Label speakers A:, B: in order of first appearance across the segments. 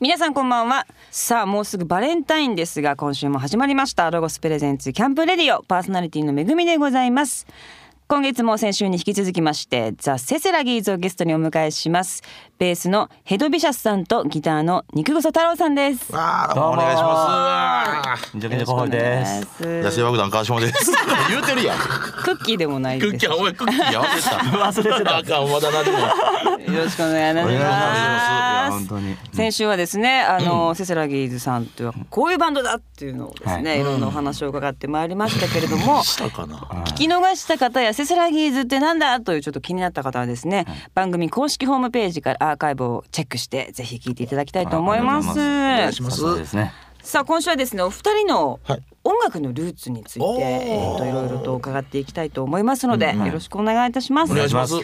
A: 皆さんこんばんはさあもうすぐバレンタインですが今週も始まりましたロゴスプレゼンツキャンプレディオパーソナリティのめぐみでございます今月も先週に引き続きましてザ・セセラギーズをゲストにお迎えしますベースのヘドビシャスさんとギターの肉草太郎さんです
B: あーどうもお願いします。
C: じゃけじゃこほで
A: お願い
C: す
A: し。ます
B: 野生爆弾川島です。 言うてるやん。
A: クッキーでもない
B: ク
A: で
B: ッ
A: す
B: キー、おい、クッキー、忘れてた。忘れてた。あかん、まだなでも。
A: よろしくお願いいたし
B: お願いし
A: ま
B: ますす
C: 本当に。
A: 先週はですねあ の、セセラギーズさんとはこういうバンドだっていうのをですね、い、ろんなお話を伺ってまいりましたけれども、
B: したかな。
A: 聞き逃した方やセセラギーズってなんだというちょっと気になった方はですね、番組公式ホームページからアーカイブをチェックしてぜひ聞いていただきたいと思いま
C: あ
A: す
C: りがとうござ
B: いますお願いします
C: そうですね。
A: さあ今週はですねお二人の
B: はい
A: 音楽のルーツについて、
B: おー
A: えっといろいろと伺っていきたいと思いますので、よろしくお願いいたします。
B: お願いします。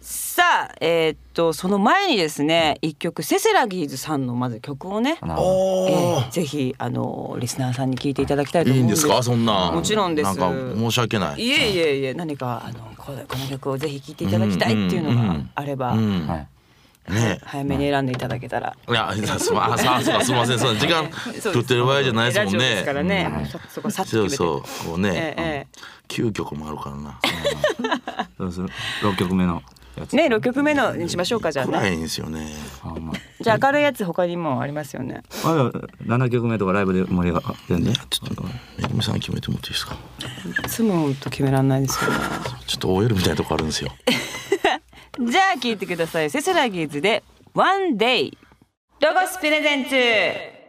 A: さあえーっとその前にですね一曲セセラギーズさんのまず曲をね、
C: あの
A: え
B: お
A: ーぜひあのリスナーさんに聞いていただきたい
B: ー
A: と
B: い
A: 思
B: い
A: うん
B: ん
A: で
B: ですすか、そんな。
A: もちろんです
B: なんか、申し訳ない。
A: いえいえいえ何かあのこれこの曲をぜひ聴いていただきたいっていうのがあれば、
B: うん。
C: は
B: ね
C: い。
B: え。
A: 早めに選んでいただけたら、
B: いや、すま、あさそうかすみません、そう、時間
A: そうです
B: 取ってる場合じゃないですもん
A: ラジオです
B: ね
A: か。らね、もうそそこさっ
B: そ
A: と決
B: う
A: めて
B: そう、こうね、
A: ええええ
B: 九曲もあるからな。
C: そうする六曲目のやつ。
A: ね六曲目のにしましょうかじゃあ
B: 暗
A: ね
B: いんですよね。
C: あま
A: じゃあ明るいやつ他にもありますよね
C: あまだ七曲目とかライブで盛り上がってんで
B: ね。、ちょっと、めぐみさん決めてもらっていいですか。
A: いつも本当決めらんないですよね
B: ちょっと OL みたいなとこあるんですよ。
A: じゃあ聞いてくださいセセラギーズで One Day ロゴスプレゼンツ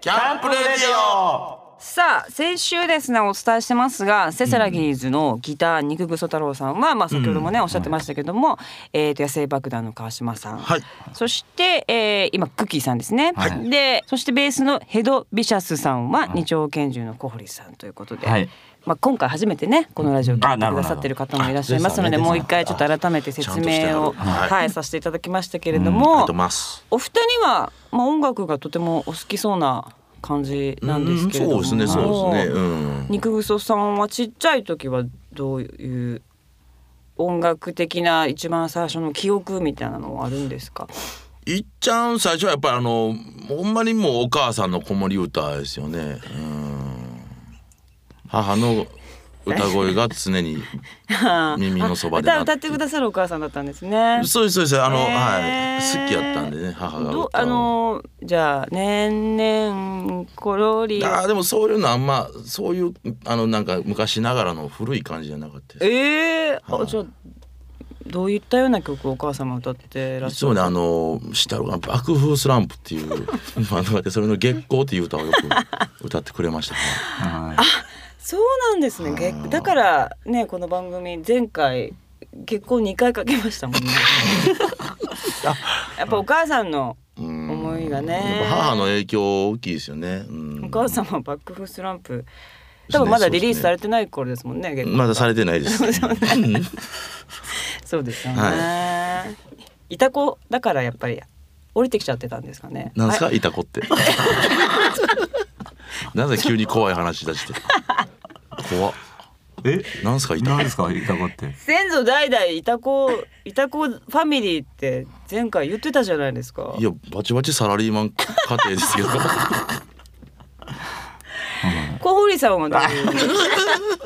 B: キャンプレディオ。
A: さあ先週ですねお伝えしてますがセセラギーズのギター肉ぐそ太郎さんは、まあ、先ほどもね、おっしゃってましたけども、えー、と野生爆弾の川島さん、
B: はい
A: そして、えー今クッキーさんですね、
C: はい
A: でそしてベースのヘド・ビシャスさんは二丁拳銃の小堀さんということで、
C: はい
A: まあ、今回初めてねこのラジオを聞
C: あ
A: い
C: な
A: て
C: る
A: く
C: ほ
A: だ
C: ど
A: さってる方もいらっしゃいますので
B: あ
A: もう
B: で
A: 一
B: すね
A: 回ちょっと改めて説明を、
B: ちゃんとしてはるはい
A: はい、させていただきましたけれど
B: あり
A: も、
B: がとうございます。
A: お二人は、まあ、音楽がとてもお好きそうな感じなんですけれども
B: うんそうですね、そうですね。うん。
A: 肉ぐそさんはちっちゃい時はどういう音楽的な一番最初の記憶みたいなのはあるんですか
B: いっちゃん最初はやっぱりあのほんまにもうお母さんの子守歌ですよね。うん母の歌声が常 に 耳のそばで
A: 歌
B: な
A: 歌ってくださるお母さんだったんですね
B: そうですそうですあの、
A: へー
B: はい好きやったんでね母が歌
A: どう
B: を
A: あのじゃあ年々コロリ
B: あーでもそういうのあんまそういうあのなんか昔ながらの古い感じじゃなかったです。
A: ええ
B: は
A: あ
B: い
A: じゃあどういったような曲をお母様歌ってらっ
B: い
A: し
B: つ
A: ゃ
B: も
A: る
B: ねあのしたのが爆風スランプっていうバンドがあってそれの月光っていう歌をよく歌ってくれましたね。
C: はい
A: そうなんですねげだからねこの番組前回結婚2回かけましたもん ね やっぱお母さんの
B: うん
A: 思いがね
B: やっぱ母の影響大きいですよね。うん
A: お母様バックフスランプ多分まだリリースされてない頃ですもんね結構
B: まだされてないです。うん
A: そうですよね、い、た子だからやっぱり降りてきちゃってたんですかね
B: なんです
A: あ
B: か、いた子って。 なぜ急に怖い話出して。怖っ。
C: え、
B: なんですか、いた
C: 何
B: 子
C: で。すかいたこって。
A: 先祖代々いた子 いた子ファミリーって前回言ってたじゃないですか
B: いや、バチバチサラリーマン家庭ですけど。
A: 小堀さんはどういう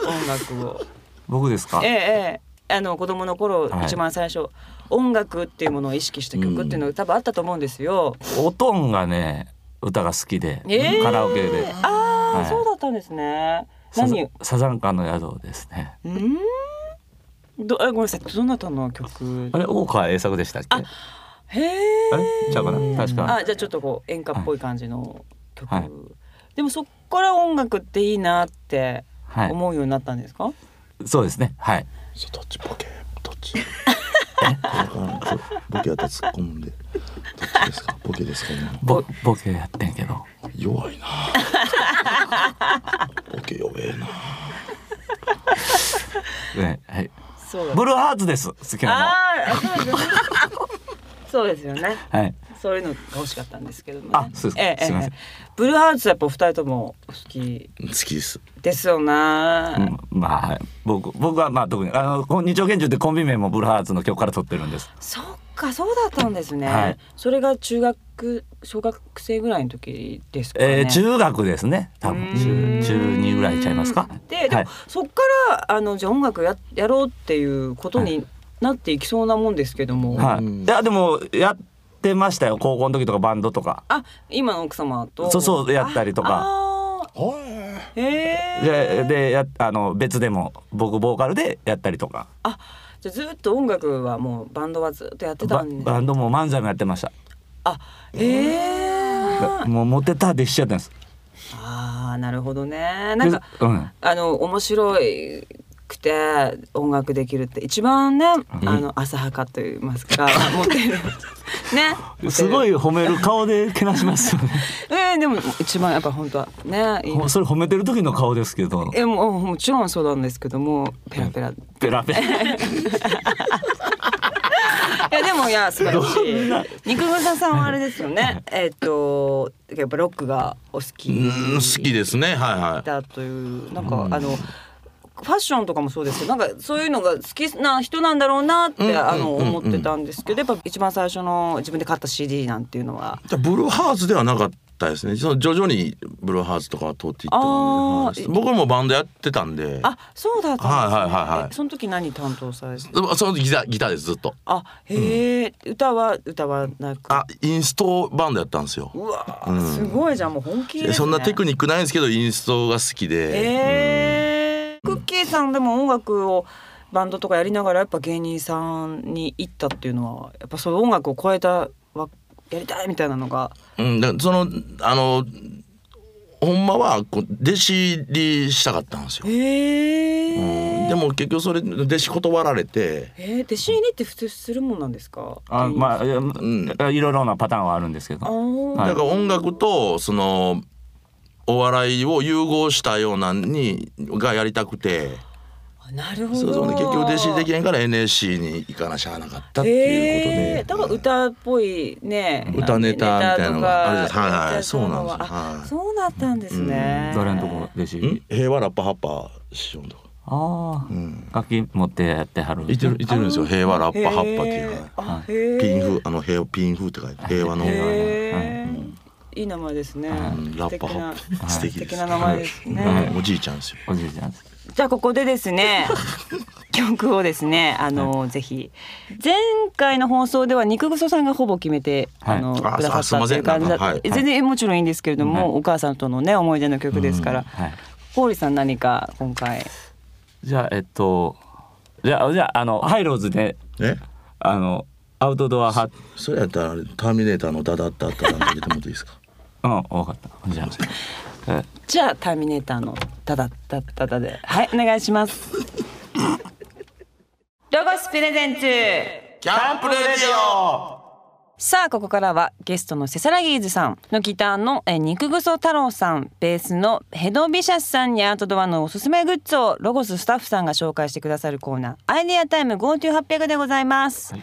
A: 音楽を
C: 僕ですか
A: ええ。ええ、あの子供の頃、
C: はい
A: 一番最初音楽っていうものを意識した曲っていうのが多分あったと思うんですよ。
C: おとんがね歌が好きで
A: ええ
C: カラオケで。
A: ああ、
C: はい
A: そうだったんですね。
C: サザ
A: 何？う
C: サザンカの宿ですね。
A: ーん。どえごめんなさいどなたの曲
C: あれ大川栄作でしたっけ？あ
A: へえ
C: れちゃうかな確か。
A: あじゃあちょっとこう演歌っぽい感じの曲、
C: はい
A: でもそっから音楽っていいなって
C: はい。
A: 思うようになったんですか、
C: そうですね。はい。
B: どっちボケ、どっち。 ボケやったら突っ込むんで。どっちですか、ボケですか、今の
C: ぼボケやってんけど。
B: 弱いな。 ボケ弱えな。
C: ねはい。
A: そうだ
C: ブルーハーツです好きな
A: あーそうですよね そうですよね
C: の。はい。
A: そういうのが欲しかったんですけども、ね。
C: あそうですか
A: ええ
C: すいません
A: ええブルーハーツやっぱお二人ともお好き
B: 好きです。
A: ですよね。
C: うんまあ僕僕はまあ特にあのこの二丁拳銃ってコンビ名もブルーハーツの曲から取ってるんです。
A: そっかそうだったんですね、
C: はい
A: それが中学小学生ぐらいの時ですかね、
C: えー、中学ですね多分
A: うーん
C: 中中二ぐらいちゃいますか
A: ででも、
C: はい
A: そっからあのじゃあ音楽ややろうっていうことになっていきそうなもんですけども、
C: は
B: う
C: い、
B: ん
C: いやでもやってましたよ高校の時とかバンドとか
A: あ今の奥様と
C: そうそうやったりと
A: あ
C: か
B: は
A: あーへえ
C: ででやあの別でも僕ボーカルでやったりとか
A: あじゃあずっと音楽はもうバンドはずっとやってた
C: バ
A: んで
C: バンドも漫才もやってました
A: あへえ
C: もうモテた弟子やったんです
A: あーなるほどねなんか
C: でうん
A: あの面白いくて音楽できるって一番ね、あの浅はかと言いますかモテるね
C: すご
A: い、
C: い褒める顔でけなしますよね
A: えー、でも一番やっぱ本当はね いい
C: ほそれ褒めてる時の顔ですけど
A: えもうもちろんそうなんですけどもペラペラ、い
C: ペラペラ
A: やでもいや素晴らしい肉草さんはあれですよねえっ、とやっぱロックがお好き
B: うん好きですねはいはい
A: だというなんか、あのファッションとかもそうですけどなんかそういうのが好きな人なんだろうなって、
B: うんうん
A: あの思ってたんですけどやっぱ一番最初の自分で買った CD なんていうのは。
B: じゃあブルーハーツではなかったですねその徐々にブルーハーツとかは通っていった
A: あ
B: の
A: ー
B: で、はい僕もバンドやってたんで
A: あそうだったんですね、
B: はいはいはいはい
A: えその時何担当されて
B: でもその時ギターギターですずっと
A: あへえ、歌は歌はなく
B: あインストバンドやったんですよ
A: うわ、すごいじゃんもう本気です、ね、
B: そんなテクニックないんですけどインストが好きで、
A: えー、クッキーさんでも音楽をバンドとかやりながらやっぱ芸人さんに行ったっていうのはやっぱそういう音楽を超えたわやりたいみたいなのが
B: うんだからそのあのほんまはこう弟子入りしたかったんですよ、
A: へえ
B: うんでも結局それ弟子断られて
A: えー、弟子入りって普通するもんなんですか
C: あまあいや
B: ん
C: いろいろなパターンはあるんですけ
A: あ
C: ど
A: ー、
C: はい
B: だから音楽とそのお笑いを融合したようなにがやりたくて
A: なるほど
B: そうそう結局弟子できへんから NSC に行かなしゃあなかったってい
A: え
B: う
A: ー
B: こ
A: だ
B: と
A: から
B: で、
A: 歌っぽいね
B: 歌ネタみたいなのがあるじゃないですかはいはい
A: ネタとか
B: そうなんですよ
A: あ
B: はい
A: そうだったんですね、
C: 誰のとこ弟子入り
B: ん平和ラッパハッパー師匠のとこ
C: ああ、楽器持ってやってはる
B: いてるいてるんですよ平和ラッ
A: へー
B: パハッパーっていうか
A: あへー
B: ピンフあの平ピンフって書いて平和の、
C: 平和の
A: へーいい名前ですね。
B: うんラッパハッパー素
A: 素
B: 敵
A: 敵
B: で
A: な素敵
B: す
A: な名前ですね。
B: うんおじいちゃんですよ
C: おじいちゃんです
A: じゃあここでです ね曲をですねあの、ぜひ前回の放送では肉ぐそさんがほぼ決めて、
C: はい
A: あの
B: あ
A: くださ
B: あすい
A: った
B: ま
A: っていう感じだ、
B: せんなんかはい
A: 全然もちろんいいんですけれども、
C: はい
A: お母さんとのね思い出の曲ですから、
C: はい
A: 氷さん何か今回
C: じゃあえっとじゃあじゃああのハイローズで
B: え
C: あのアウトドア派
B: それやったらあれターミネーターのダダッダッダダンって言ってもらっていいです か
C: うんわかったじゃあえ
A: じゃあターミネーターのダダッダッダダではいお願いします。ロゴスプレゼンツ
B: キャンプレディオ
A: さあここからはゲストのセサラギーズさんのギターのえー肉ぐそ太郎さんベースのヘドビシャスさんにアウトドアのおすすめグッズをロゴススタッフさんが紹介してくださるコーナーアイデアタイム GoTo800 でございます、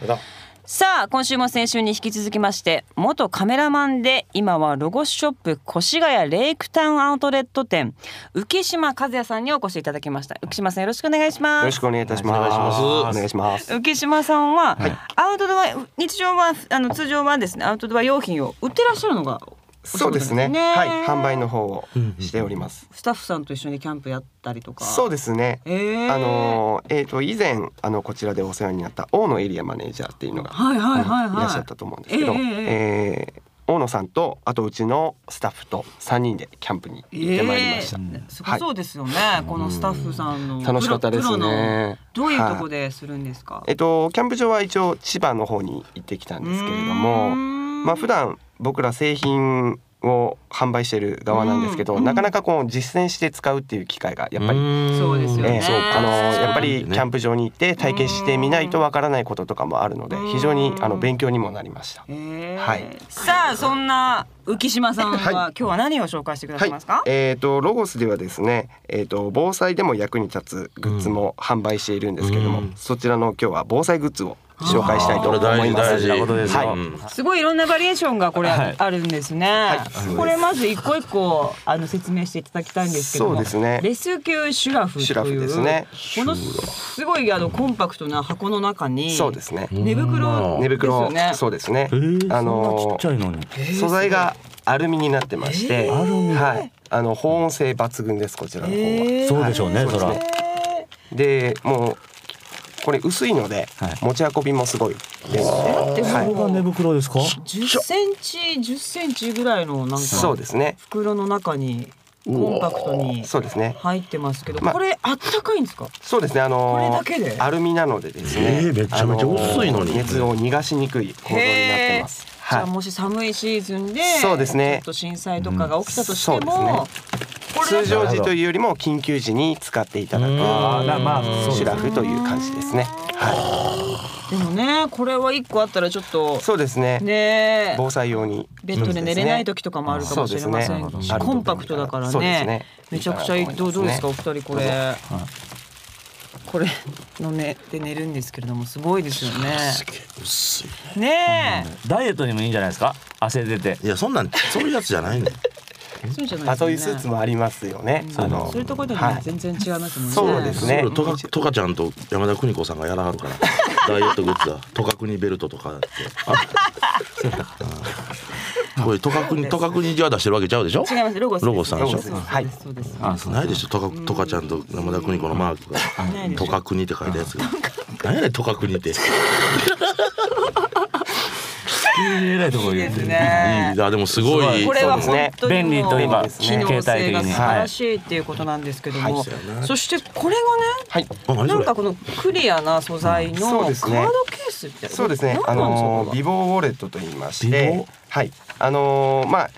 A: さあ今週も先週に引き続きまして元カメラマンで今はロゴスショップ越谷レイクタウンアウトレット店浮島和也さんにお越しいただきました浮島さんよろしくお願いし
D: よ
A: ま
D: ろ
A: す
D: しくお願いいたします。
B: お
D: お
B: 願
D: 願
B: い
D: い
B: し
D: します。
A: 浮島さんは、アウトドア日常はあの通常はですねアウトドア用品を売ってらっしゃるのが
D: そうですね。
A: お仕事なん
D: はい
A: です、
D: 販売の方をしております。
A: スタッフさんと一緒にキャンプやったりとか
D: そう
A: で
D: ですね。
A: すえー、
D: あのーえっ、と以前あのこちらでお世話になった大野エリアマネージャーっていうのが、
A: はいはいはいはい
D: いらっしゃったと思うんですけど、
A: え
D: え
A: ええ
D: ー大野さんとあとうちのスタッフと三人でキャンプに行ってまいりました。
A: えーすごそうですよね、このスタッフさんのプロ
D: 楽しかったです
A: プロの
D: ね。
A: どういうとこ
D: で、
A: でするんですか、
D: えっ、とキャンプ場は一応千葉の方に行ってきたんですけれども。ま
A: ま
D: あ普段僕ら製品を販売してる側なんですけど、
A: うん
D: なかなかこう実践して使うっていう機会がやっぱり、
A: そうですよ
D: え
A: ね
D: えそうあのやっぱり
B: ね
D: キャンプ場に行って体験してみないとわからないこととかもあるので
A: うん
D: 非常にあの勉強にもなりました。
A: えー
D: はい
A: さあそんな浮島さんは、
D: はい
A: 今日は何を紹介してくださ
D: はいい
A: ますか、、
D: えー、とロゴスではですね、えー、と防災でも役に立つグッズも販売しているんですけれども、
B: うん
D: そちらの今日は防災グッズを紹介したいと思います。
B: あーこれ大事大事な
D: は
B: いことですよ
D: はい
A: すごいいろんなバリエーションがこれ
C: はい
A: あるんですね。これまず一個一個あの説明していただきたいんですけども、
D: そうですね
A: レスキューシュラフ
D: シュ
A: と
D: ラフ
A: い
D: です
A: う、
D: ね
A: ものすごいあのコンパクトな箱の中に、
D: そうですね。
A: 寝袋
D: 寝
A: です
D: 袋、
A: よね。
D: そうですね
C: え。ー、
D: あ
C: あのちっ
D: の
C: ちゃいのに。
D: 素材がアルミになってまして、
C: アルミ
D: はい。あの保温性抜群ですこちらの方は。
A: えーそう
C: でしょうね
D: はい
C: そら
D: うですねでもうこれ薄いので、
C: はい
D: 持ち運びもすごいです
A: だって
D: ね。
A: もう
D: はい。
C: これが寝袋ですか？
A: 10センチ10センチぐらいのなん
D: そう
A: か
D: ですね。
A: 袋の中にコンパクトに
D: そうですね。
A: 入ってますけど、
D: まあ
A: これあったかいんですか？
D: そうですね。あのー
A: これだけで
D: アルミなのでですね。
B: えーめちゃめちゃ薄いのに
D: あー熱を逃がしにくい構造になってます。
A: じゃ
D: は
A: あ
D: い。
A: もし寒いシーズンで
D: そうです
A: ちょ
D: ね
A: っと震災とかが起きたとしても、
D: うんそう
A: これ
D: 通
A: だ
D: 常時というよりも緊急時に使っていただく
B: あーなまあ
C: そうですね
D: シュラフという感じですね。は
A: けでもねこれは一個あったらちょっと
D: い。そうですね。
A: ね
D: 防災用に。
A: ベッドで寝れない時とかもあるかもしれませ
D: そ
A: ん
D: うです
A: し、
D: ね
A: コンパクトだから
D: そうで
A: ね
D: すね
A: めちゃくちゃいいどうどうですかお二人これ、これのねで寝るんですけれどもすごいですよね
B: 薄い
A: ね
C: ダイエットにもいいんじゃないですか？汗出て。
B: いやそんなんそういうやつじゃないね
A: えそうじゃないで
D: あ
A: すか、
D: と
A: ね、
D: いうスーツもありますよね。あの
A: それとこれと
D: は
A: ね
D: い
A: 全然違いますもんね
D: そうですね
B: そうトカトカちゃんと山田邦子さんがやら はるからダイエットグッズはトカクニベルトとかってあ これトカクニトカクニじゃ出してるわけちゃうでしょ
A: 違いますロゴス
B: ロゴスさんでしょ
A: そうそう
D: はい
A: そうです
C: あ、そう
B: ないでしょトカトカちゃんと山田邦子のマークが
A: ないでしょ
B: トカクニって書いたやつが何やねんトカクニっていい
C: えらいところ
A: いい
C: 言
A: で
C: う
A: す
C: て。
A: ね
B: あでもすごい
A: これは
B: そう
A: 本当にもう
C: 便利と今
A: 機能性が素晴らしいっていうことなんですけども、
B: はいそうやな
A: そしてこれ
D: はい。
B: あ
A: がね
B: 何
A: な
B: そ
A: ん
B: れ
A: かこのクリアな素材のカ
D: そうで
A: ー
D: す
A: ド
D: ね
A: ケースみたいな
D: そうですね。あのー
A: ビ
D: 美貌ウォレットと言いまし
C: 美
D: て
C: 貌、
D: はい。あのーまあ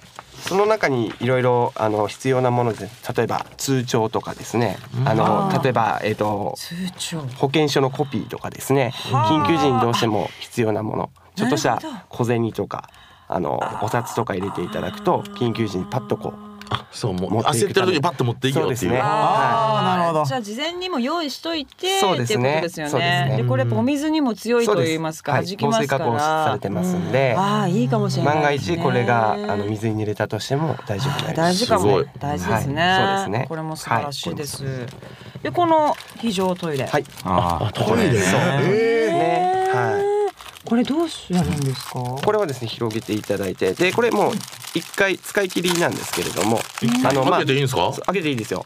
D: その中にいろいろあの必要なもので、例えば通帳とかですね。あの
A: あー
D: ー例えばえっ、と
A: 通帳
D: 保険証のコピーとかですね。
A: はあ
D: 緊急時にどうしても必要なもの、ちょっとし
A: なる
D: た
A: ほど
D: 小銭とかあのお札とか入れていただくと緊急時にパッとこう。
B: あそうもう
D: 持っていく
B: 焦ってる時にパッと持っていけよ
D: そう
B: っ
D: で
B: て
D: す
B: いう
D: ね。
C: あー
A: はい
C: なるほど
A: じゃあ事前にも用意しといて
D: そうです
A: っていうこ
D: ね
A: とですよ
D: そうです
A: ね
D: ね
A: でこれやっぱお水にも強いと言いますか
D: は
A: 弾
D: い
A: きますか
D: 防水加工
A: ら
D: されてますんで、
A: ああいいかもしれない
D: 万が
A: ですね
D: 一これがあの水に濡れたとしても大丈夫になりま
A: 大
D: す。
A: 事か
B: すご
A: も
B: い
A: 大事ですね,、
D: はいそうですね
A: これも素晴らしいです、でこの非常トイレ、
D: はい。
C: あー、
B: トイレね
D: ですね。
A: えー
D: はい。
A: これどうすればいいんですか
D: これはですね広げていただいてでこれもう一回使い切りなんですけれどもあのま
B: 開
D: あ
B: けていいんですか
D: そう開けていいですよ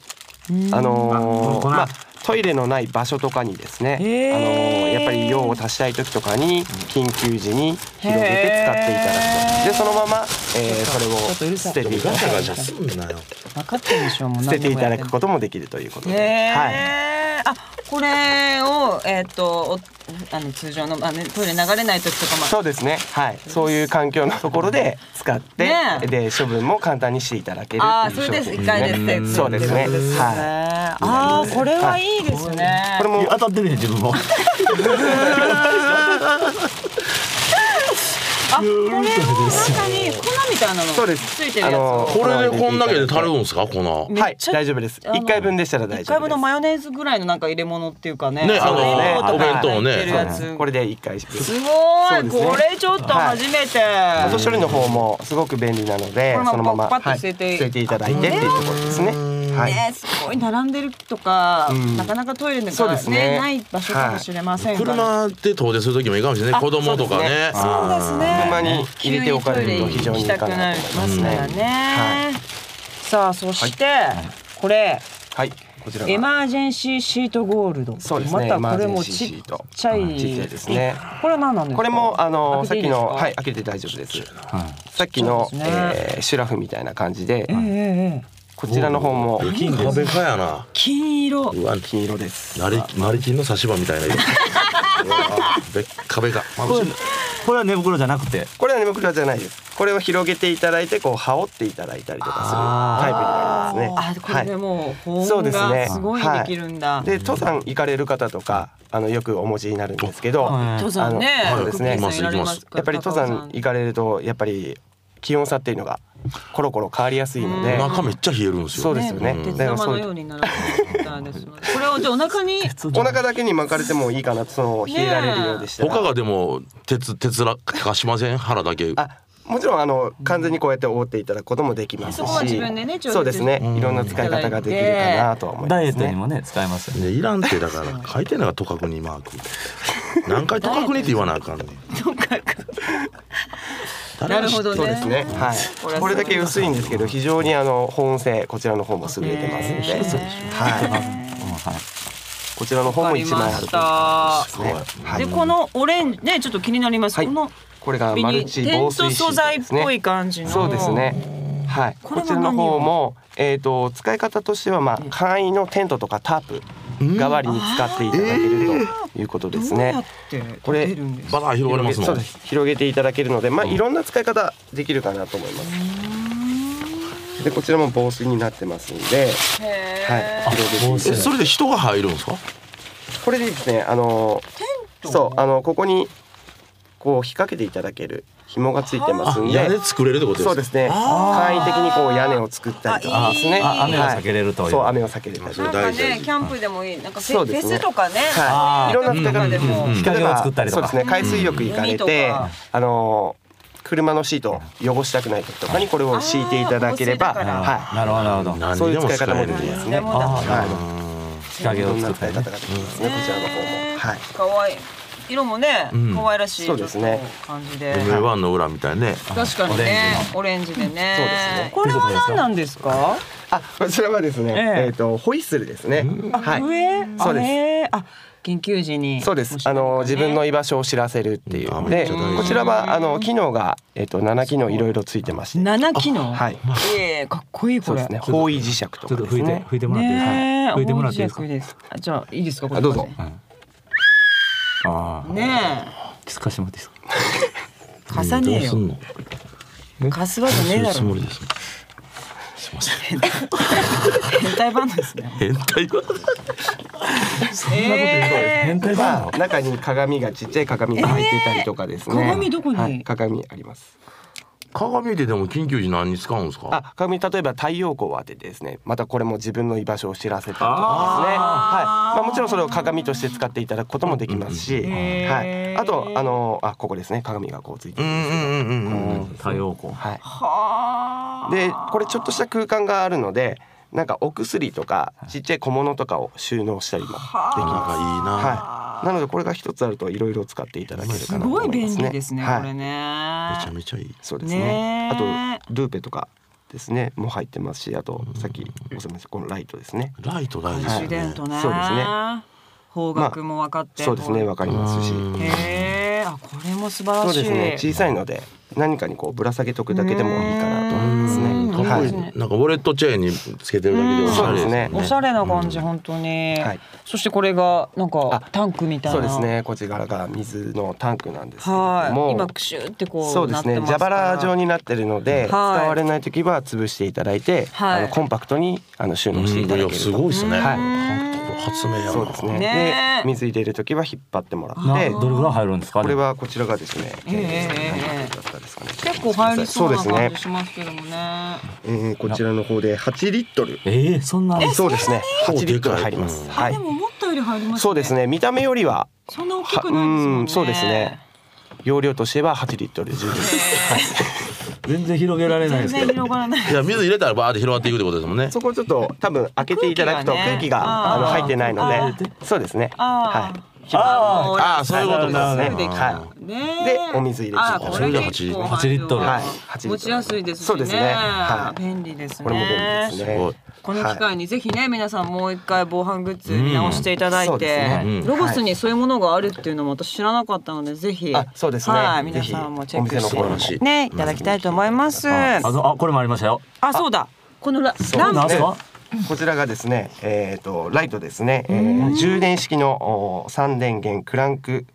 A: うん
D: あ
C: あも
D: の
C: う
D: ー
C: この
D: まあトイレのない場所とかにですねあの
A: へー
D: ーやっぱり用を足したい時とかに緊急時に広げて使っていただ
A: へー
D: くとでそのままえー
A: ちょっと
D: そ
A: ちょっとう
D: れを
A: るさい
D: 捨てていた
B: ガ
D: だ
B: シャガ
D: く
B: シャすんなよ
A: 分かってるでしょうもう
D: 捨てていただくことともできるということ
A: へ
D: で
A: え
D: はい
A: あこれをえっ、とおあの通常のあねトイレ流れない時とかも
D: そうですねはいそういう環境のところで使って、
A: ねえ
D: で処分も簡単にしていただける
A: ああ
D: って
A: そ
D: いう
A: れ
D: 商
A: です
D: 品
A: 一回で捨てる
D: そうですね
A: ってことですよね
D: はい
A: ああこれはいいですね
D: これも
C: 当たってるね自分も。
A: あこれも中に粉みたいなの
D: そうです
A: ついてるやつ
D: あ
A: を
D: の
B: これでこんだけで足るんですか粉
A: め
D: は
A: っ
D: い
A: ちゃ
D: 大丈夫です
A: あの
D: 一回分でしたら大丈夫で
A: 一
D: す
A: 回分のマヨネーズぐらいのなんか入れ物っていうかね
B: ねあの
A: そういうのとか
B: お弁当ね
A: 入ってるやつ
D: これで一回分
A: すご
D: そ
A: いう
D: ですね
A: これちょっと初めて、
D: お年寄りの方もすごく便利なので
A: このまま
D: そのまま
A: パッパッと
D: はい
A: 捨
D: 捨
A: てて
D: てていただいてっていうところですねはい
A: ねすごい並んでるとか、
D: ん
A: なかなかトイレなん
D: そう
A: か、
D: で
A: ね
D: すね
A: ない場所かもしれませんから、
B: 車で遠出する時もいいかもしれない
A: あ
B: 子供とかね
A: そうです
D: 車
A: ね
D: に入れておかれると非常にいいかなと思います
A: 行きたくなりますからね、
D: ね
A: さあそして、これ
D: はいこちら
A: エ
D: が
A: マージェンシーシートゴールド
D: そうですね
A: またこれ
D: エマ
A: も
D: ージェンシ
A: ち
D: ーシ
A: っ
D: ート
A: ちゃい、
D: はいちっちゃいですね
A: これは何なんですか
D: これもあのさっ
A: 開けていい
D: き
A: ですか
D: のはい開けて大丈夫です
C: は
D: さっきの
A: そうですね
D: えーシュラフみたいな感じで
A: ええええ
D: こちらの方も
B: 金壁かやな
A: 金色
B: うわ
D: 金色です
B: なりなり金の差し歯みたいな色 うわべ壁か
C: い。こ
B: 眩
C: れ
B: しい
C: これは寝袋じゃなくて。
D: これは眠くらじゃないですこれを広げていただいてこう羽織っていただいたりとかする
C: あー
D: タイプになりま
A: あ
D: すね
A: これ
D: はい
A: でもう保
D: そう
A: 温
D: です
A: が
D: ね
A: すごいできるんだ、
D: で登山行かれる方とかあのよくお持ちになるんですけど、
C: はい
A: 登山ね
D: あの
A: よく
D: そうですね
A: 計算やられますか
D: やっぱり登山行かれるとやっぱり気温差っていうのがコロコロ変わりやすいので、
B: 中めっちゃ冷えるんですよ。
D: そうですよね
A: 鉄
D: だから
A: 玉
D: そ
A: の
D: う
A: ようにならないからですので。これをじゃあお腹 に。
D: お腹だけに巻かれてもいいかなとその冷えられるようでしたら
B: 他がでも鉄鉄らかしません腹だけ。
D: あもちろんあの完全にこうやって覆っていただくこともできますし
A: そこは自分でね調節
D: そうですね
B: うん
D: いろんな使い方ができるかなとは思います、ね、
C: ダイエットにもね使えますよね。
B: ねいらんって だから書いてんのがとかくにマーク。何回とかくにって言わなあか んねん。
A: とかく
B: 誰が知って
A: なるほど
D: そ
A: ね
D: うですねはい
A: これは
D: これだけ薄いんですけど非常にあの保温性こちらの方も優れてますので、
A: ね
D: はい
C: うんはい。
D: こちらの方
A: わか
D: も
A: り
D: 一
A: ま
D: 枚ある
A: し
D: という
A: た。
B: すごい。
D: はい
A: でこのオレンジねちょっと気になります。
D: はい
A: この
D: これが
A: ビ
D: マル
A: ニ
D: チ
A: テ
D: 防
A: ン
D: 水
A: ト
D: シー
A: 素材っ
D: ト
A: ぽ
D: で
A: い
D: すね
A: 感じの。
D: そうです。ねはい
A: こ
D: こ
A: れは
D: ちらの
A: 何を
D: 方もえっ、と使い方としてはまあ簡易のテントとかタープ代わりに使っていただけるということ
A: ど
D: です
A: うや
D: ね
A: っ。て
D: これ
A: 出るんです
B: バ
A: か。
B: ラ広がりますも
D: そうんで。す広げていただけるので、まあ、いろんな使い方できるかなと思います。でこちらも防水になってますんで、
A: へー
D: はい、広げていただいて
B: えそれで人が入るんですか。
D: これでですねあの
A: ト
D: そうあのここにこう引っ掛けていただける紐がついてま
B: あ
D: すんで
B: 屋根作れるってことですか。
D: そうですね簡易的にこう屋根を作ったりとかですね
A: あいい
D: は
C: あ雨を避けれるという
D: そう雨を避けれたりと
A: なん
D: か
A: か
B: 大事大
A: ね
B: 事
A: キャンプでもいいなんかフ
D: そう
A: ェ
D: で
A: フ
D: す
A: ェ
D: ね
A: スとかね。
D: はいいろんな使い方で
A: うんうんうん
D: も
C: 日陰を作ったりとか
D: そうですね海水浴行かれ
A: うん海
D: て
A: とか
D: あの車のシート汚したくない時とかにこれを敷いていただければ
A: あー防水だから
D: は
C: なるほどなるほど。
B: 何
D: そうい
B: に
D: う
B: でも
D: 使い
B: 使
D: 方
B: え
D: も
B: る
D: でき
B: ね。
D: ます
A: で
D: ね
A: もだ
C: あーなるほど
D: はい
C: 日陰
D: いろ
C: を
D: んな
C: 作った
D: 使い
C: りね
D: 方ができますねこちらの方もはい
A: 可愛い色もね
B: うん
A: 可愛らしいち
D: そ
A: ょ
D: う
A: っ
D: です
A: と
D: ね
A: 感じで。
B: M1 の裏みたいね。
A: 確かにねオレンジでね。
D: そうですね
A: これは何なんですか。
D: あこちらはですね
A: ええ
D: えっとホイッスルですねはい
A: 上
D: そうです
A: へーあ緊急時に
D: そうです。あの自分の居場所を知らせるってい
B: あ
D: う。
B: めっ
D: で、
B: ちゃ大事
D: こちらはあの機能がえっと七機能いろいろついてまして、
A: 七機能
D: はい。
A: ええかっこいい
D: そ
A: こ
D: う
A: れ
D: ですね。方位磁石と
C: ちょっ
D: か
C: と
D: で
C: 拭
D: す
C: いて
D: ね。
C: 拭いてもらっていいですか。
A: ねえ
C: 拭いてもらっていいですか。
A: 大事ですあじゃあいいですかこれ
D: あどうぞ。
C: はいああ。
A: ね
C: キスかしてもらっていいですか。
A: え貸さねえよ
B: どうすんの。
A: 貸すわけねえだ
B: つも
A: ろ
B: りです。すいませ
A: 変
B: ん。
A: 態バンドです ね
B: 変態は。
A: え
C: 変態だ
D: ま
C: よ
D: あ。中に鏡がちっちゃい鏡が入っていたりとかですね。
A: えー鏡どこに
D: はい鏡あります。
B: 鏡ででも緊急時何に使うんですか。
D: あ、鏡例えば太陽光を当ててですね。またこれも自分の居場所を知らせたりとかですね。
A: あー
D: はい。まあもちろんそれを鏡として使っていただくこともできますし、
A: へー
D: はい。あとあのあここですね。鏡がこうついて
B: う
D: る。
B: んうんうんうんうん。
C: 太陽光。
D: はい。
A: はあ
D: でこれちょっとした空間があるのでなんかお薬とかちっちゃい小物とかを収納したりもでき
B: なか
D: ます。
B: いいな。
D: はい、なのでこれが一つあるといろいろ使っていただけるか
A: す
D: なと思
A: ごい
D: いま
A: 便
D: すね。
A: 利ですねこれ
D: はい、
B: めちゃ
A: ね
B: めちゃいい。
D: そうです
A: ね
D: ね。
A: え
D: あとルーペとかですねも入ってますしあとさっきお伝えしたこのライトですね。
B: ライト大事です
A: 自
B: よ
A: 然
B: ね。
A: とね
D: そうですね
A: 方角も分かって
D: そうですねわかりますし。
B: うん
A: へえあこれも素晴
D: そ
A: ら
D: う
A: しい
D: ですね小さいので何かにこうぶら下げとくだけでもいいかなと思います
A: うん
D: ね。
B: かっこいい、
D: はい
B: なんかウォレットチェーンにつけてるだけでおしゃれですね。
D: うん
A: おしゃれな感じ、本当に、
D: はい
A: そしてこれがなん
D: あ
A: かタンクみたいな
D: そうですねこちらが水のタンクなんですけれど
A: は
D: も
A: い今クシュってこう
D: そうですね
A: なってます
D: 蛇
A: から
D: 腹状になってるので、使われない時は潰していただいて、
A: はい
D: あのコンパクトにあの収納していただけ
B: うんい
D: ると、
B: やすごいですね。
D: は
B: 発明や
D: い、
B: な。
D: そうです
A: ね
D: ねで水入れる時は引っ張ってもらっ
C: な
D: て
C: どれぐらい入るんですか。
D: これはこちらがですね、
A: ええええええ
D: 何リットルだったですかね
A: 結構入りそうな
D: そうで
A: 感
D: す
A: じ
D: ね、
A: しますけどもね
D: えーこちらの方で8リットル
C: ええそんな。
D: そうですね
B: そんなに
D: 8リットル入ります、
B: うん
D: は
A: あ
D: い
A: でも思ったより入りますね
D: そうですね見た目よりは
A: そんな大き
D: は
A: くないですもん
D: う
A: ね
D: んそうですね容量としては8リットル十分
C: 全然広げられな
A: 全
C: いですけ
A: 然
C: ど。
A: 広がらない
B: いや水入れたらバーって広がっていくってことですもんね。
D: そこちょっと多分開けていただくと
A: 空
D: 空
A: 気
D: 気
A: が
D: が
A: ね
D: あの
A: あー
D: 入ってないの
A: あ
D: で、そうですね。
A: あ
D: はい。
A: ーあー
B: あーそういうこと
A: な
B: な
A: る
B: る
A: ほ
B: ほ
A: ど
B: ど
D: は
A: ね
D: でお水入れて
A: あーこれ結構
C: それで8リットル
D: はい
A: 入る
D: 8リットル
A: 持ちやすいですしね
D: そうですねはい
A: 便利ですね
D: い。これも便利です
B: すご
D: ね
B: い。
A: この機会にぜひね皆さんもう一回防犯グッズ見直していただ
D: うんそ
A: いう
D: です
A: て
D: ね
B: うん
A: ロゴスにそういうものがあるっていうのも私知らなかったのでぜひ
D: あそうですね
A: はい
D: ぜ
A: 皆
D: ひ
A: さんもチェック
D: お店の方にも
A: してねいただきたいと思います
C: あ
A: あ
C: あとあこれもありましたよ。
A: そうだこのラ
D: う
A: ラン
D: なん
A: プ
C: なんすか。
D: こちらがですね、えっとライトですね。えー充電式のお三電源クランク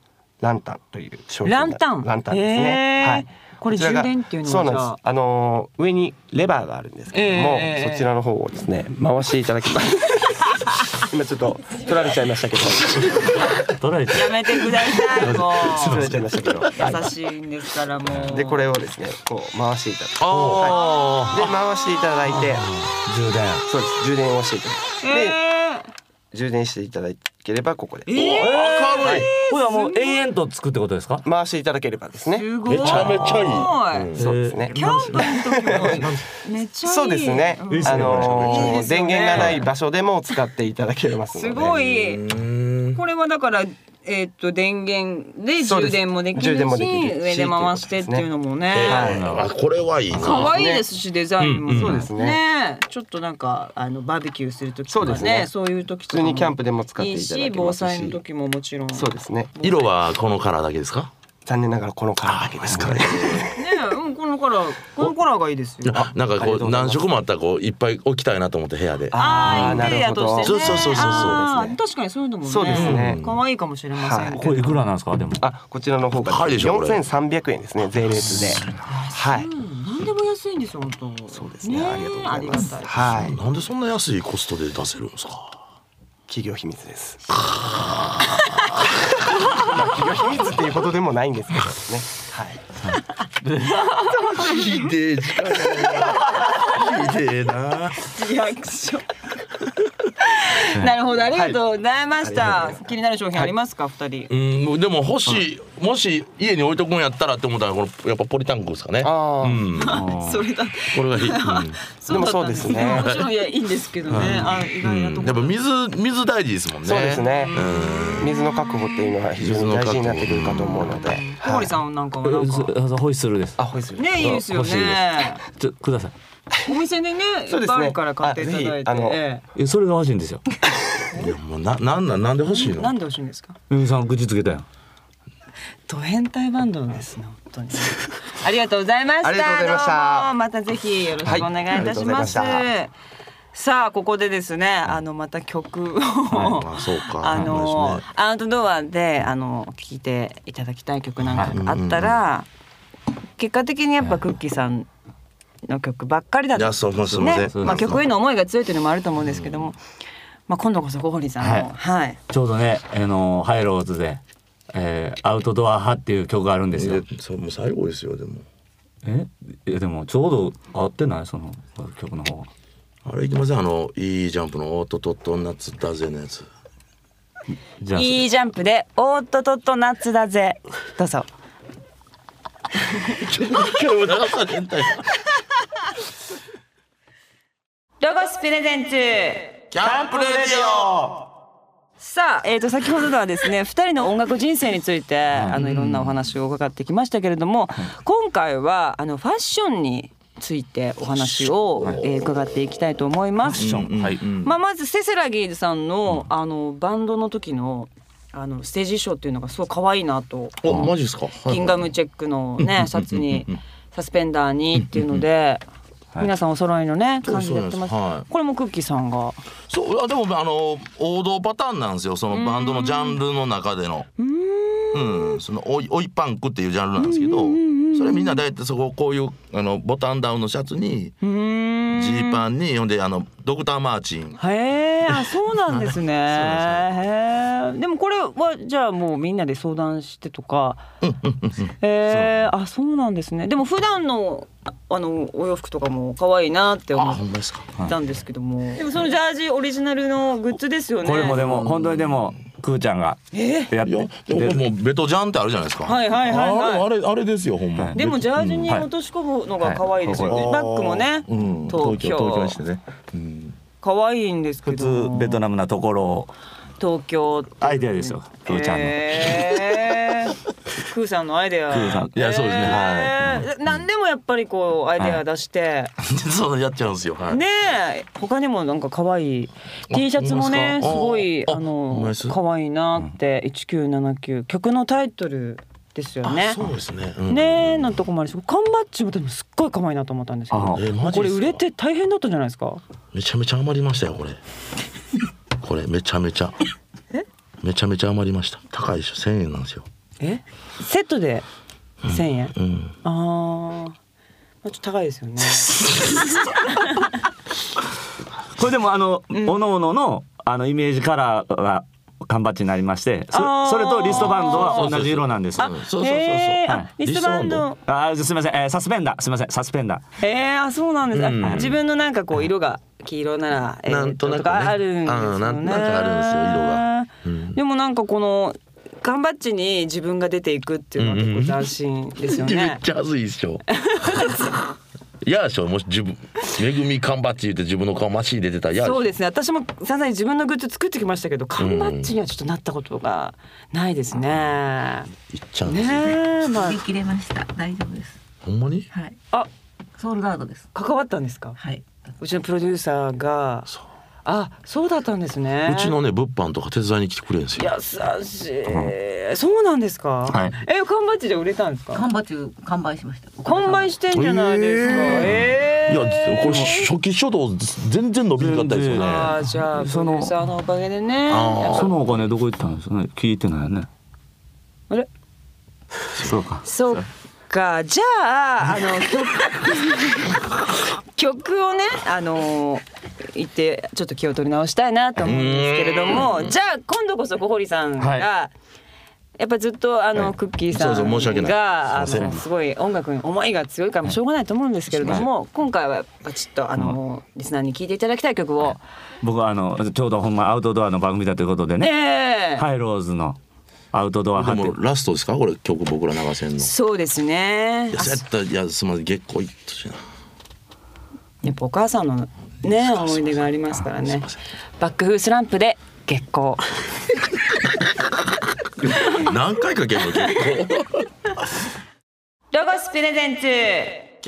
D: ランタンという商品
A: ラ
D: な
A: ンタン
D: ランタンです
A: へ
D: ね。
A: ー
D: はい。
A: これ
D: ちらが
A: 充電っていうのは
D: そうなんで
A: じゃあ
D: す。あのー上にレバーがあるんですけれど
A: え
D: も
A: えええええ、
D: そちらの方をですね回していただきます。今ちょっと取られちゃいましたけど。
C: 取られちゃ
A: やめてくださいも
D: 取られちゃいましたけど。
A: う優しいんですからもう
D: でこれをですねこう回していただく。
B: あ
D: で回していただいて
C: う充電
D: そうです充電をしていただ
A: え
D: いてで
A: ー
D: 充電していただければここで
A: えー
B: ー明るい
C: これはもう延々とつくってことですか
D: 回していただければですね。
A: すご
B: め
A: い
B: ちゃめちゃいい。
D: そうですね
C: えー
A: キャンプの時もめっちゃいい
D: そうですね。
A: ん
C: いいっす
A: い
C: ね
D: あ
A: い
D: の
A: ですよね
D: 電源がない場所でも使っていただけますので。
A: すごい、
B: うん
A: これはだからえーっと電源で
D: そう
A: 充
D: です
A: 電もできる
D: 充
A: し
D: 電もできるし
A: 上で回してっていうのもね
D: はい
B: あこれはいいな。
A: 可愛いですしデザインも、
C: うんうん
D: そうですね
A: ちょっとなんかあのバーベキューする時とかね
D: そう
A: そう
D: ですね
A: いう時
D: 普通にキャンプ
A: で
D: でも使ってい
A: い
D: ただけ
A: し
D: ま
A: 防
D: すし。
A: 災の時ももちろん
D: そうですね。
B: 色はこのカラーだけですか。
D: 残念ながらこのカラーだけですね。
A: ねうんこのカラーこのカラーがいいですよ
B: なんか
D: あり
B: こ
D: がとう
B: う
D: ござい
B: 何
D: ます
B: 色もあったらこういっぱい置きたいなと思って部屋で。
A: ああ
D: ー
A: インテリアとしてね
B: そうそうそうそうそう
A: あー
D: ですね
A: 確かにそういうのもね
D: そうですね
A: 可愛いかもしれませんけど、
C: これいくらなんですかでも
D: あ、こちらの方が
B: 高いでしょこ
D: 四
B: れ
D: 千三百円ですね、税率で。はい。
A: うん何でも安いんですよ本当
D: そうですね、ありがとうございま
A: あ
D: す。
A: りがた
D: はい、
B: なんでそんな安いコストで出せるんですか。
D: 企業秘密です。まあ企業秘密っていうことでもないんですけどね。はい。
B: ひでえ時間やな。ひでえな。
A: リアクショ ンなるほどありがとうございました、気になる商品ありますか二、人
B: うんでも欲しいもし家に置いとくんやったらって思ったらこのやっぱポリタンクですかね。
D: ああ、
B: うんこ
A: それだ
B: れ がいい。うん
A: そうだったん
D: でもそうですね
A: もちろんいやいいんですけどね。あ意外なところ。
B: やっぱ水水大事ですもんね。
D: そうですね
B: うん。
D: 水の確保っていうのは非常に大事になってくるかと思うので。
A: 小
D: はい
A: 堀。さんなんかはなんか。
C: あそうホイッスルです
D: あ、ホイッスル。
A: ねいいですよ
C: 欲しい
A: ね。
C: ちょください
A: お店でね
D: そう
A: いっ
D: で
A: ぱい
D: す
A: あ
D: ね
A: るから買っていただいて
D: あぜひあの
A: え
C: えそれが欲しいん ですよ
B: いやもうななんなんなんで欲しい
A: え。
B: の。
A: なんで欲しいんですか。
C: めぐみさん口つけたやん
A: ド変態バンドですね本当に。ありがとうございました。
D: ありがとうございました
A: どうもまたぜひよろしくお願いいたします。
D: はいありがとうござい
A: さあここでですねあのまた曲を、
B: あそうか
A: あ
B: そう
A: の
B: ですね
A: アウトドアであの聞いていただきたい曲なんかがあったら、結果的にやっぱクッキーさんの曲ばっかりだ
B: い
A: と
B: やそうそうそう
A: ね
B: そう
A: まあ、曲への思いが強いというのもあると思うんですけども、まあ、今度こそ小堀さんも、はい
C: ちょうどねあのハイローズで、えーアウトドア派っていう曲があるんですよ
B: でそうもう最後ですよでも。
C: えいやでもちょうど合ってないその曲の方が
B: あれいきませんあのいいジャンプの「おっとっとっと夏だぜ」のやつ
C: じゃあ
A: いいジャンプで「おーっとっとっと夏だぜ」どうぞ。
B: 今日も長さ変態
A: ロゴスプレゼンツ
B: キャンプレディオ
A: さあ、えー、と先ほどはですね2人の音楽人生についてあのいろんなお話を伺ってきましたけれども今回はあのファッションについてお話を、えー伺っていきたいと思います。
C: はい、うん
A: まあ、まずセセラギーさんのあのバンドの時のあのステージ衣装っていうのがすごい可愛いなと
B: おマジですか、はい
A: キンガムチェックのねシャツにサスペンダーにっていうので
C: い
A: 皆さんお揃いのね感じでやって
B: そうそうなん
A: ま
B: で
A: す
B: すは
A: これもクッキーさんが
B: そうあでもあの王道パターンなんですよそのバンドのジャンルの中でのうんそのおいおいパンクっていうジャンルなんですけどそれみんな大体そここういうあのボタンダウンのシャツに
A: う
B: ジ
A: ーん
B: ーパンにほんであのドクターマーチン
A: へえ、 あ、そうなんですね。
B: なん
A: へえ、でもこれはじゃあもうみんなで相談してとか。へえ、あ、そうなんですね。でも普段のああのお洋服とかも可愛いなって思っ
B: まですか
A: たんですけども。でもそのジャージオリジナルのグッズですよね。
C: これもでも本当にでもくーちゃんが
A: え
C: やっ
B: いや
C: て
B: でももうベトジャンってあるじゃないですか
A: はいはいはいはい
B: あれあれあれですよほんま
A: でもジャージに
C: うんはい
A: 落とし込むのが可愛いですよ
B: はい
A: ね。バッグもね、
B: うん
A: 東
B: 東京
A: 京
B: にしてね、うん、
A: 可愛いんですけ
C: 普
A: ど。
C: 通ベトナムなところを
A: 東京って
C: アイデアですよくーちゃんの、
A: へークーさんのアイデア。
C: クーさんい
B: やそうですね
A: ね。何でもやっぱりこうアイデア出して、
B: そうやっちゃうんですよはい
A: ねえ他にもなんか可愛い T シャツもねす
B: あ
A: ご
B: ほんまで
A: い
B: すか
A: あ
B: あほんま
A: の
B: です
A: 可愛いなって1979曲のタイトルですよね。
B: そうですね、うん
A: ねえのとこもあるし缶バッジもでもすっごい可愛いなと思ったんですけ
C: あ
A: ど
C: あ
B: えマジっすか
A: これ売れて大変だったんじゃないですか
B: めちゃめちゃ余りましたよこれこれめちゃめちゃめちゃめちゃ余りました高いでしょ1000円なんですよ
A: えセットで1000円、
B: うん
A: ああちょっと高いですよね
C: これでもあの、各々のあのイメージカラーが缶バッジになりましてそ
A: あー
C: それとリストバンドは同じ色なんです
B: あ
C: あ
B: そうそうそうそう。
A: へーあ
B: はい
A: リストバンド。
C: ーすみません、えーサスペンダーすみませんサスペンダー
A: ええあそうなんです、あ自分のなんかこう色が黄色なら、えー
B: なんとなくね
A: かあるんですよ
B: う
A: ね
B: んなんなんかあ
A: るんですよ色が、でもなんかこの缶バッジに自分が出ていくっていうのは結構斬新ですよ
B: めっ
A: ね、
B: ちゃ恥ずいっ しょ。嫌でしょもし自分めぐみ缶バッジ言って自分の顔マシに出てたら嫌でしょ
A: そうですね私もさ々に自分のグッズ作ってきましたけど缶バッジにはちょっとなったことがないですね、
B: 言っちゃうんで
A: ね
B: すよ。
A: えま
E: 売り切れました。大丈夫です。
B: ほんまに？
E: はい。
A: ああ
E: ソールドアウトです。
A: 関わったんですか
E: はい。
A: うちのプロデューサーが
B: そう
A: あそうだったんですね
B: うちのね物販とか手伝いに来てくれるんですよ。
A: 優しい、そうなんですか、
C: はい
A: え缶バッジで売れたんですか
E: 完売中完売しました。
A: 完売してんじゃないですかえ
B: い
A: ー、
B: やこれ初期初動全然伸びなかったですよね。
A: あーじゃあプロ
C: そ
A: デ
C: の
A: ューサーのおかげでね
B: あー
A: やっぱ
C: そのお金どこ行ったんですかね聞いてないよね
A: あれ
C: そうか
A: そっかじゃああ の曲 曲をねあの言ってちょっと気を取り直したいなと思うんですけれどもじゃあ今度こそ小堀さんが、
C: はい
A: やっぱずっとあの、
B: はい
A: クッキーさんが
B: そうそう申し訳ない
A: あ
B: すいま
A: の
B: せん
A: すごい音楽に思いが強いからもうしょうがないと思うんですけれども、今回はやっぱちょっとあの、リスナーに聞いていただきたい曲を、
C: 僕はあのちょうどほんまアウトドアの番組だということでね
A: ええ
C: ハイローズのアウトドア
B: で
C: 派
B: も
C: って
B: ラストですかこれ曲僕ら流せんの。い
A: そうですね
B: やそうやったらいやすみません結構いっとしな。
A: やっぱお母さんのね思い出がありますからねバックフースランプで月光
B: 何回かけるの結 構。
A: ロゴスプレゼンツ
B: キ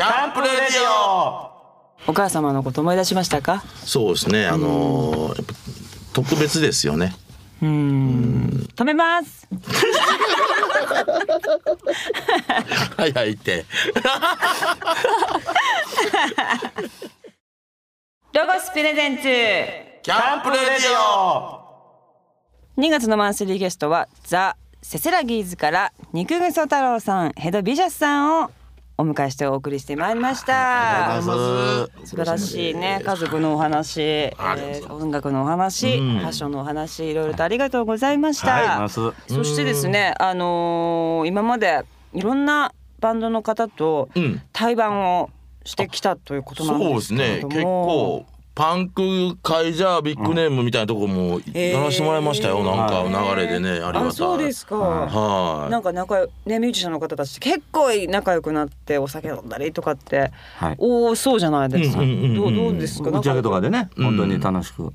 B: ャンプレディオ。
A: お母様のこと思い出しましたか
B: そうですねあのーやっぱ特別ですよね。
A: 止めます
B: はいはいって。
A: ロゴスプレゼンツ
B: キャンプレディオ。
A: 2月のマンスリーゲストはザ・セセラギーズから肉ぐそ太郎さんヘドビシャスさんをお迎えしてお送りしてまいりました素晴らしいね家族のお話、え
B: ありがとうございます
A: ー音楽のお話、ファッションのお話いろいろとありがとうございました、
C: はいます
A: そしてですね、あのー今までいろんなバンドの方と
B: ん
A: 対バンをしてきたということなん
B: そう
A: で
B: です
A: け
B: す
A: れ
B: ね
A: ども、
B: 結構パンクカイジャービッグネームみたいなとこもやらせてもらいましたよ、なんか流れでねありがたい
A: あそうですか、
B: はい
A: なんか仲良ねミュージシャンの方たちって結構仲良くなってお酒飲んだりとかって
C: はい
A: 多そうじゃないですか、
B: うんうんうんうん
A: どうどうですか
C: 打ち上げとかでね
B: うん
C: 本当に楽しく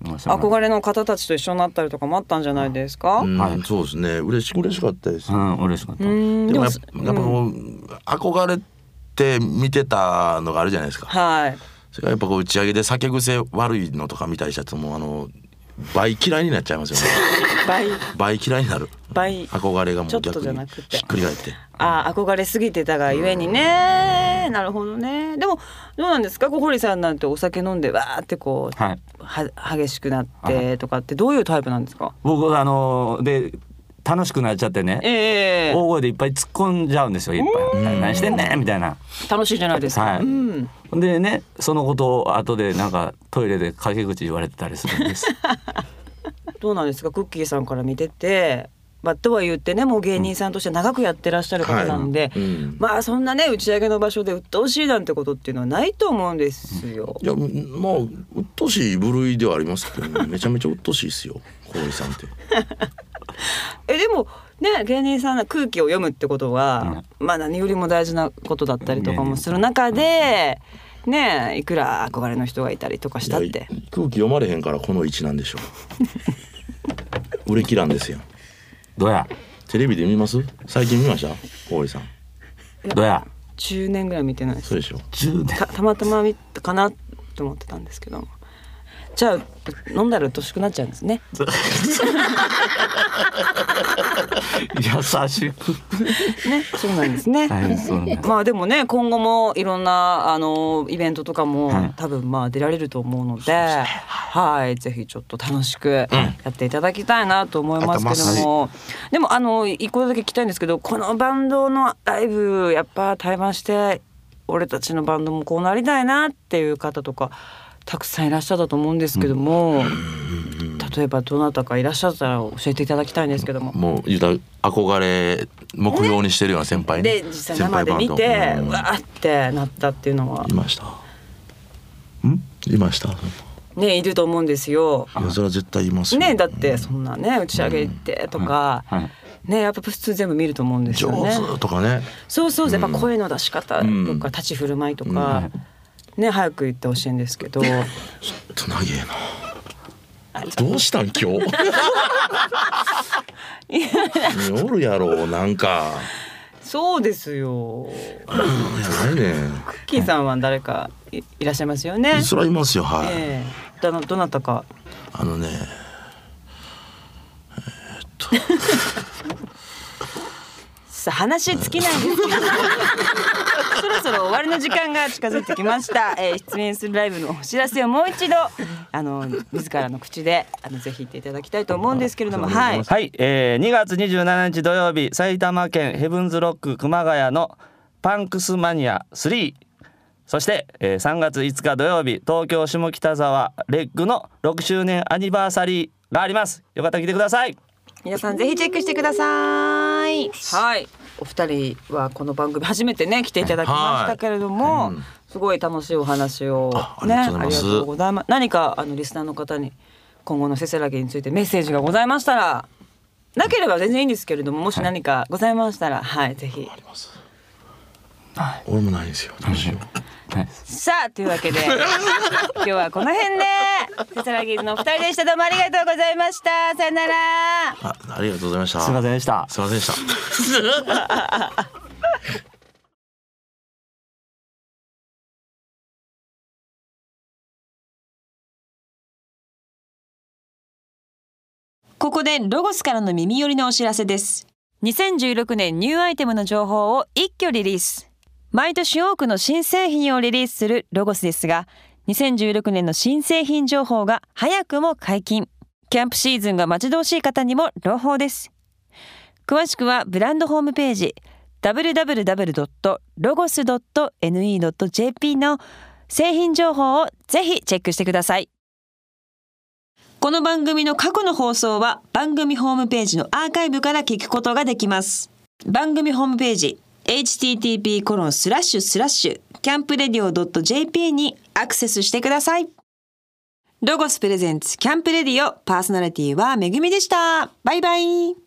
C: 見ましたね
A: 憧れの方たちと一緒になったりとかもあったんじゃないですか、
B: うん
C: はい
B: そうですね嬉し嬉しかったです、
C: うん嬉しかった
A: うん
B: でもやっ
A: す
B: ぱやっぱこう、憧れて見てたのがあるじゃないですか
A: はい
B: それがやっぱこう打ち上げで酒癖悪いのとか見たりしたらもうあの倍嫌いになっちゃいますよね
A: 倍
B: 倍嫌いに なる
A: 倍
B: 憧れがもう
A: ちょっと
B: 逆
A: じゃな
B: に
A: くて
B: ひっくり返って
A: あー憧れすぎてたがゆえにねなるほどねでもどうなんですか小堀さんなんてお酒飲んでわーってこう、
C: はい
A: は激しくなってとかってどういうタイプなんですか
C: 僕あので楽しくなっちゃってね
A: ええ
C: 大声でいっぱい突っ込んじゃうんですよいっぱい何してんねんみたいな
A: 楽しいじゃないですか、
C: はい
A: うん、
C: でねそのことを後でなんかトイレで陰口言われてたりするんです
A: どうなんですかクッキーさんから見ててまあとは言ってねもう芸人さんとして長くやってらっしゃる方なんで、
B: はいうん
A: まあそんなね打ち上げの場所で鬱陶しいなんてことっていうのはないと思うんですよ
B: い。やまあ鬱陶しい部類ではありますけどね、 めちゃめちゃ鬱陶しいですよ小堀さんって
A: えでもね芸人さんの空気を読むってことは、まあ何よりも大事なことだったりとかもする中で、ねいくら憧れの人がいたりとかしたっ
B: いや
A: て
B: 空気読まれへんからこの位置なんでしょ う売れ切らんですよ
C: どや
B: テレビで見ます最近見ました小堀さん
C: どや
A: 10年ぐらい見てないです
B: そうでしょ
C: 10年
A: たたまたま見たかなと思ってたんですけどもじゃあ飲んだらうっとうしくなっちゃうんですね
C: 優しく
A: ねそうなんですね。
C: 大変そうなんです
A: まあでもね今後もいろんなあのイベントとかも、
C: はい
A: 多分まあ出られると思うのではいぜひちょっと楽しくやっていただきたいなと思いますけども、でもあの一個だけ聞きたいんですけどこのバンドのライブやっぱ対話して俺たちのバンドもこうなりたいなっていう方とかたくさんいらっしゃったと思うんですけども、例えばどなたかいらっしゃったら教えていただきたいんですけども。
B: もう言うたら憧れ目標にしてるような先輩
A: で
B: ね
A: 実際生で見て
B: 先輩バンドうん
A: うわーってなったっていうのはい
B: ましたんいましたい
A: ねいると思うんですよ。
B: やそれは絶対いますよ
A: ねだってそんなね打ち上げ行ってとか、
C: はい
A: ねやっぱ普通全部見ると思うんです
B: 上
A: よね。
B: 手とかね
A: そうそうやっぱ声の出し方と
B: うん
A: か立ち振る舞いとか、ね早く言ってほしいんですけ ど。
B: ちょっと長えなどうしたん今日おるやろなんか
A: そうですよ。
B: いやないね
A: クッキーさんは誰かいいらっしゃいますよね。
B: そらいますよはい、
A: ええどなどなたか。
B: あのね
A: さあ話尽きないんですけどそろそろ終わりの時間が近づいてきました、 えー、出演するライブのお知らせをもう一度あの自らの口であのぜひ言っていただきたいと思うんですけれどもはい
F: はい、えー、2月27日土曜日埼玉県ヘブンズロック熊谷のパンクスマニア3そして、えー、3月5日土曜日東京下北沢レッグの6周年アニバーサリーがありますよかったら来てください
A: 皆さんぜひチェックしてくださいはいお二人はこの番組初めてね来ていただきましたけれども、
B: はいうん
A: すごい楽しいお話を
B: ああり
A: ね
B: がとうございます
A: ありがとうございます何かあのリスナーの方に今後のせせらぎについてメッセージがございましたらなければ全然いいんですけれどももし何かございましたらはいぜひ
B: 俺もないんですよどうしよう
C: はい
A: さあというわけ で今日はこの辺でせせらぎのお二人でしたどうもありがとうございましたさよなら
B: あありがとうございました
F: すいませんでした
B: すいませんでした
A: ここでロゴスからの耳寄りのお知らせです。2016年ニューアイテムの情報を一挙リリース。毎年多くの新製品をリリースするロゴスですが、2016年の新製品情報が早くも解禁。キャンプシーズンが待ち遠しい方にも朗報です。詳しくはブランドホームページ www.logos.ne.jp の製品情報をぜひチェックしてください。この番組の過去の放送は番組ホームページのアーカイブから聞くことができます。番組ホームページ http コロンスラッシュスラッシュキャンプレディオ .jp にアクセスしてください。ロゴスプレゼンツキャンプレディオパーソナリティはめぐみでした。バイバイ。